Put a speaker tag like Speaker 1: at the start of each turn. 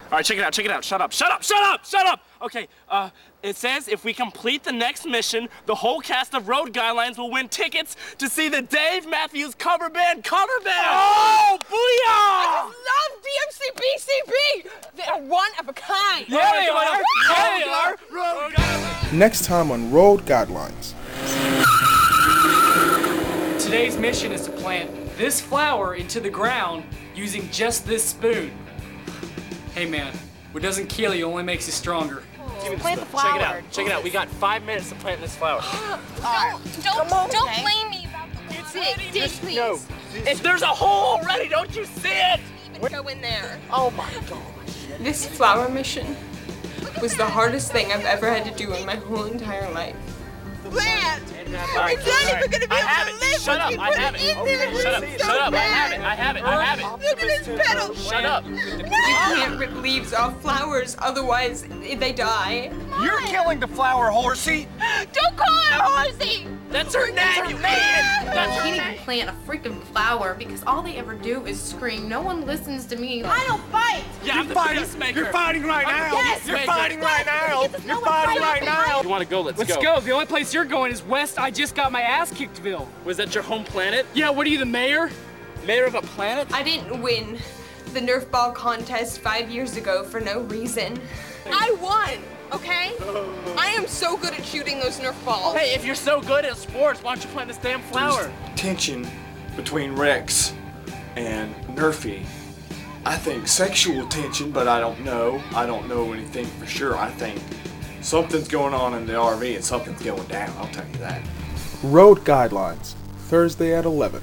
Speaker 1: All right, check it out, check it out. Shut up, shut up, shut up, shut up. Okay, uh, it says if we complete the next mission, the whole cast of Road Guidelines will win tickets to see the Dave Matthews cover band cover band. Oh, booyah!
Speaker 2: Love DMCBCB! They are one of a kind!
Speaker 1: Yeah, they are. Yeah, they are.
Speaker 3: Next time on Road Guidelines.
Speaker 4: Today's mission is to plant this flower into the ground using just this spoon. Hey man, what doesn't kill you only makes you stronger.
Speaker 2: Plant the flower.
Speaker 1: Check it out, check it out. We got five minutes to plant this flower.
Speaker 5: Don't, don't, don't blame me about the water. Dick, Dick, please.
Speaker 1: No, if there's a hole already, don't you see it?
Speaker 5: Even go in there.
Speaker 6: This flower mission was the hardest thing I've ever had to do in my whole entire life.
Speaker 2: Plant!
Speaker 1: All right,
Speaker 2: It's not
Speaker 1: all
Speaker 2: even gonna be
Speaker 1: I
Speaker 2: able
Speaker 1: have
Speaker 2: to
Speaker 1: it.
Speaker 2: live
Speaker 1: Shut
Speaker 2: if
Speaker 1: up,
Speaker 2: you
Speaker 1: I
Speaker 2: put
Speaker 1: have
Speaker 2: it
Speaker 1: it.
Speaker 2: in there.
Speaker 1: Shut up,
Speaker 2: It's so
Speaker 1: shut up, I have it,
Speaker 2: bad.
Speaker 1: I have it, I have it.
Speaker 2: Look at his petals!
Speaker 1: Shut up.
Speaker 6: You can't rip leaves off flowers, otherwise they die.
Speaker 7: You're killing the flower, horsey!
Speaker 5: Don't call her Horsey!
Speaker 1: That's her name, you idiot.
Speaker 8: I can't even plant a freaking flower because all they ever do is scream. No one listens to me.
Speaker 2: I don't fight!
Speaker 1: Yeah, I'm the peacemaker.
Speaker 7: You're fighting right now!
Speaker 1: Yes,
Speaker 7: You're
Speaker 1: Megan.
Speaker 7: fighting right now! You're fighting right now!
Speaker 1: You want to go? Let's,
Speaker 4: Let's go. The only place you're going is West. I just got my ass kickedville.
Speaker 1: Was that your home planet?
Speaker 4: Yeah, what are you, the mayor?
Speaker 1: Mayor of a planet?
Speaker 6: I didn't win the Nerf ball contest five years ago for no reason.
Speaker 2: I won, okay? I am so good at shooting those Nerf balls.
Speaker 1: Hey, if you're so good at sports, why don't you plant this damn flower?
Speaker 7: Tension between Rex and Nerfy. I think sexual tension, but I don't know. I don't know anything for sure. I think something's going on in the RV and something's going down. I'll tell you that.
Speaker 3: Road Guidelines. Thursday at 11.